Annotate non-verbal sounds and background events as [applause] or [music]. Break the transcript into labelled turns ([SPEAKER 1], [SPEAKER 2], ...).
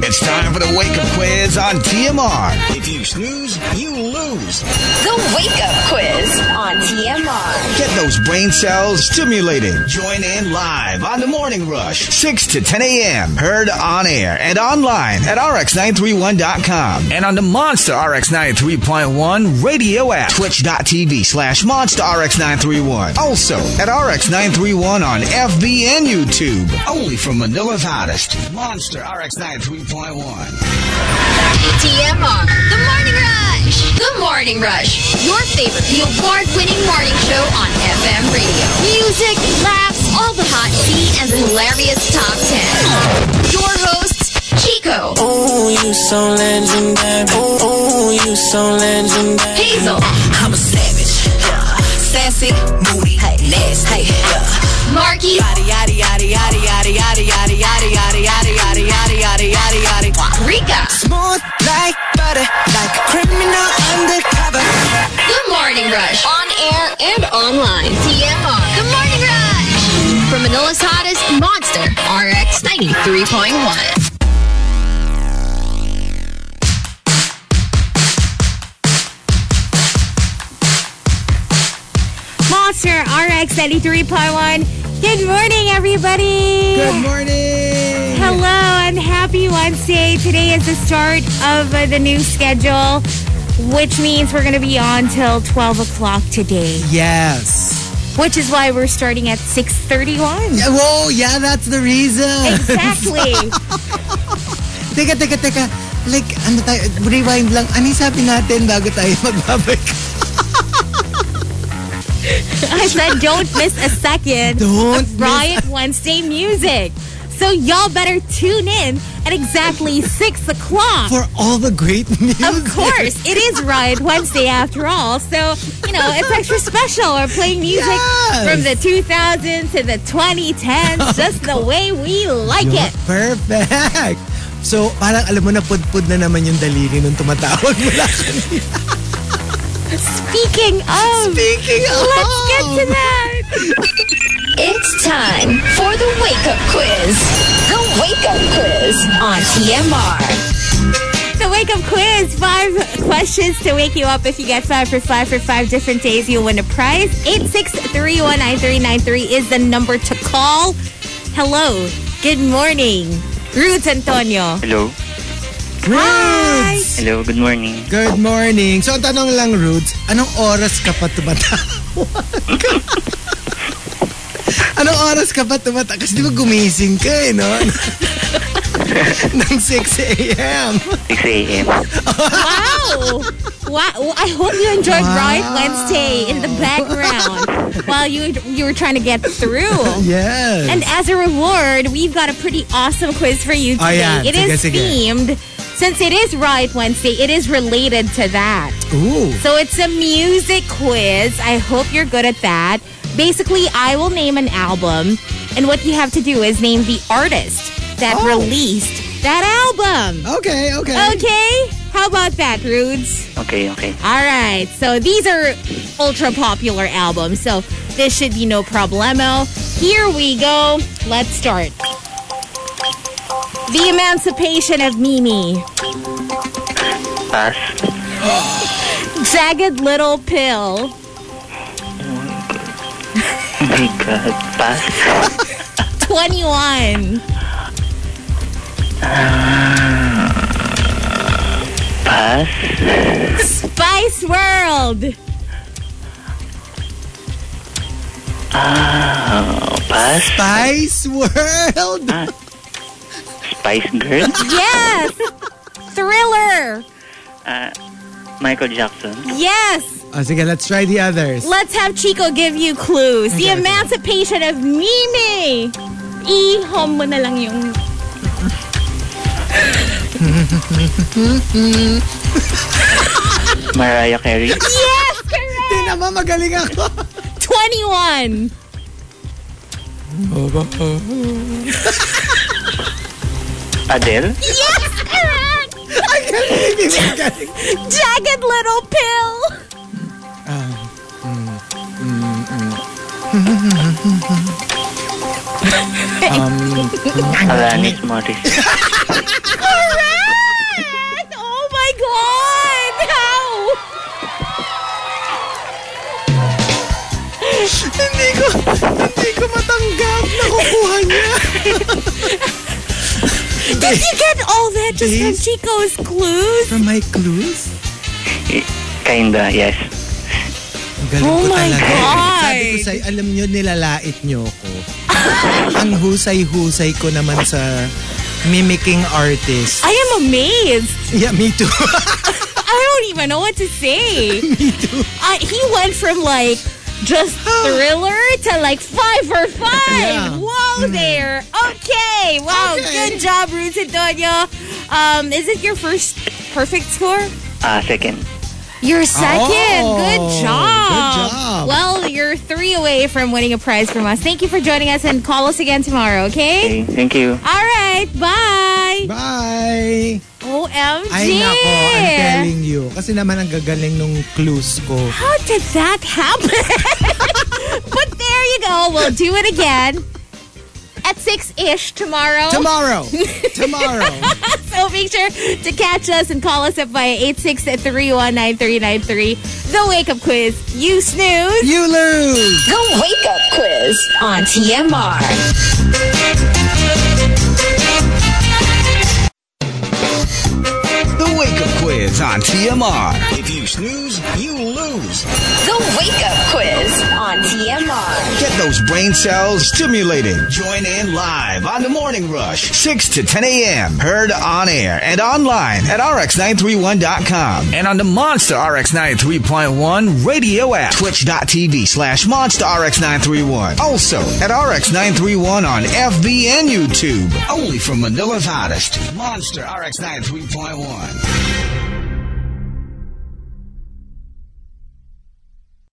[SPEAKER 1] It's time for the wake up quiz on TMR. If you snooze, you lose.
[SPEAKER 2] The Wake Up Quiz on TMR.
[SPEAKER 1] Get those brain cells stimulated. Join in live on the morning rush, 6 to 10 a.m. Heard on air and online at rx931.com and on the Monster RX93.1 radio app, twitch.tv slash monster rx931. Also at rx931 on FB and YouTube. Only from Manila's hottest, Monster RX93.1.
[SPEAKER 2] TMR. The Morning Rush. The Morning Rush. Your favorite, the award-winning morning show on FM radio. Music, laughs, all the hot tea, and the hilarious top 10. Your hosts, Chico,
[SPEAKER 3] Ooh, you so legendary. Ooh, ooh, you so legendary.
[SPEAKER 2] Hazel,
[SPEAKER 4] I'm a savage. Yeah. Sassy, moody, hey, nasty. Yeah.
[SPEAKER 2] Marky,
[SPEAKER 4] Yadi yadi yadi yadi yadi yadi yadi yadi yadi yadi yadi yadi yadi yadi yadi.
[SPEAKER 2] Rika.
[SPEAKER 3] Smooth like butter, like a criminal undercover.
[SPEAKER 2] The Morning Rush. On air and online. TMR. The Morning Rush. From Manila's hottest, Monster RX 93.1.
[SPEAKER 5] Monster RX 93.1. Good morning, everybody.
[SPEAKER 1] Good morning.
[SPEAKER 5] Hello and happy Wednesday. Today is the start of uh, the new schedule, which means we're going to be on till 12 o'clock today,
[SPEAKER 6] Yes.
[SPEAKER 5] which is why we're starting at 6.31.
[SPEAKER 6] Yeah, Whoa, yeah, that's the [laughs]
[SPEAKER 5] Eh.
[SPEAKER 6] reason.
[SPEAKER 5] Exactly.
[SPEAKER 6] teka, teka, teka. Like, ano tayo, rewind lang. Ano yung sabi natin bago tayo [laughs] magbabay?
[SPEAKER 5] I said don't miss a second
[SPEAKER 6] Don't
[SPEAKER 5] of Riot Wednesday music. So y'all better tune in at exactly 6 o'clock.
[SPEAKER 6] For all the great music.
[SPEAKER 5] Of course, it is Riot Wednesday after all. So, you know, it's extra special. We're playing music
[SPEAKER 6] Yes.
[SPEAKER 5] from the 2000s to the 2010s,
[SPEAKER 6] [laughs]
[SPEAKER 5] just the way we like
[SPEAKER 6] You're
[SPEAKER 5] it.
[SPEAKER 6] perfect. So, parang alam mo na pudpud na naman yung daliri nung tumatawag [laughs] mula kanina.
[SPEAKER 5] Speaking of,
[SPEAKER 6] Speaking of...
[SPEAKER 5] let's get to that.
[SPEAKER 2] It's time for the wake up quiz. The wake up quiz on TMR.
[SPEAKER 5] The wake up quiz five questions to wake you up. If you get five for five for five different days, you'll win a prize. 863193393 is the number to call. Hello, good morning. Rudes Antonio.
[SPEAKER 7] Hello.
[SPEAKER 5] Hi.
[SPEAKER 6] Roots!
[SPEAKER 7] Hello, good morning.
[SPEAKER 6] Good morning. So, ang tanong lang, Roots, anong oras ka pa tumatawag? [laughs] anong oras ka pa tumatawag? Kasi di ba gumising ka eh, no? [laughs] Nang 6 a.m.
[SPEAKER 7] 6 a.m.
[SPEAKER 5] Wow. wow. I hope you enjoyed Riot Wednesday in the background while you you were trying to get through.
[SPEAKER 6] Yes.
[SPEAKER 5] And as a reward, we've got a pretty awesome quiz for you
[SPEAKER 6] Oh,
[SPEAKER 5] today.
[SPEAKER 6] yeah.
[SPEAKER 5] It
[SPEAKER 6] Sige,
[SPEAKER 5] is
[SPEAKER 6] sige.
[SPEAKER 5] themed. Since it is Riot Wednesday, it is related to that.
[SPEAKER 6] Ooh.
[SPEAKER 5] So it's a music quiz. I hope you're good at that. Basically, I will name an album, and what you have to do is name the artist that
[SPEAKER 6] Oh.
[SPEAKER 5] released that album.
[SPEAKER 6] Okay, okay.
[SPEAKER 5] Oh, Okay? How about that, Rudes?
[SPEAKER 7] Okay, okay.
[SPEAKER 5] All right, so these are ultra popular albums, so this should be no problemo. Here we go. Let's start. The Emancipation of Mimi,
[SPEAKER 7] Pass.
[SPEAKER 5] Jagged Little Pill,
[SPEAKER 7] Oh my God. Pass.
[SPEAKER 5] 21,
[SPEAKER 7] Pass.
[SPEAKER 5] Spice World,
[SPEAKER 7] Pass.
[SPEAKER 6] Spice World.
[SPEAKER 7] Spice Girl.
[SPEAKER 3] [laughs]
[SPEAKER 5] yes, Thriller,
[SPEAKER 7] uh, Michael Jackson.
[SPEAKER 5] yes.
[SPEAKER 6] Oh, sige, let's try the others.
[SPEAKER 5] Let's have Chico give you clues. The
[SPEAKER 6] Okay, okay.
[SPEAKER 5] Emancipation of Mimi. I-home mo na lang yung...
[SPEAKER 7] Mariah Carey.
[SPEAKER 5] [laughs] Yes, correct!
[SPEAKER 6] Hindi naman magaling ako. [laughs]
[SPEAKER 5] 21.
[SPEAKER 7] Adele.
[SPEAKER 5] Yes, correct.
[SPEAKER 6] Ang galing, ang galing.
[SPEAKER 5] Jagged little pill.
[SPEAKER 7] Alanis Morris.
[SPEAKER 5] on! Oh How?
[SPEAKER 6] [laughs] hindi ko, hindi ko matanggap na kukuha niya.
[SPEAKER 5] Did you get all that just from
[SPEAKER 6] Please?
[SPEAKER 5] Chico's clues?
[SPEAKER 6] From my clues?
[SPEAKER 7] I- Kinda, yes.
[SPEAKER 6] Ang Galing
[SPEAKER 5] Oh
[SPEAKER 6] ko
[SPEAKER 5] my
[SPEAKER 6] talaga. eh.
[SPEAKER 5] God.
[SPEAKER 6] Sabi ko sa'yo, alam nyo, nilalait nyo ko. [laughs] Ang husay-husay ko naman sa mimicking artist.
[SPEAKER 5] I am amazed.
[SPEAKER 6] Yeah, me too. [laughs]
[SPEAKER 5] I don't even know what to say.
[SPEAKER 6] me too.
[SPEAKER 5] I, he went from like just
[SPEAKER 6] [gasps]
[SPEAKER 5] thriller to like five for five.
[SPEAKER 6] Yeah. Mm.
[SPEAKER 5] Whoa there. Okay. Wow.
[SPEAKER 6] Okay.
[SPEAKER 5] Good job, Ruth Antonio. Um, is it your first perfect score?
[SPEAKER 7] Ah, second.
[SPEAKER 5] Your second.
[SPEAKER 6] Oh,
[SPEAKER 5] good job.
[SPEAKER 6] good job.
[SPEAKER 5] Well, you're three away from winning a prize from us. Thank you for joining us and call us again tomorrow,
[SPEAKER 7] Okay,
[SPEAKER 5] okay?
[SPEAKER 7] thank you.
[SPEAKER 5] All right. Bye.
[SPEAKER 6] Bye!
[SPEAKER 5] OMG.
[SPEAKER 6] Ay, nako, Oh, I'm telling you. Kasi naman ang gagaling nung clues ko.
[SPEAKER 5] How did that happen? [laughs] but there you go. We'll do it again at 6 ish tomorrow.
[SPEAKER 6] Tomorrow! Tomorrow!
[SPEAKER 5] [laughs] So make sure to catch us and call us up via 863 The wake up quiz. You snooze.
[SPEAKER 6] you lose!
[SPEAKER 4] The Wake Up Quiz on TMR.
[SPEAKER 1] The Wake Up Quiz on TMR. If you snooze, you lose.
[SPEAKER 4] The Wake Up Quiz on TMR.
[SPEAKER 1] Get those brain cells stimulated. Join in live on the Morning Rush, 6 to 10 a.m. Heard on air and online at rx931.com and on the Monster RX93.1 radio app, twitch.tv slash monster rx931. Also at rx931 on FB and YouTube. Only from Manila's hottest, Monster RX93.1.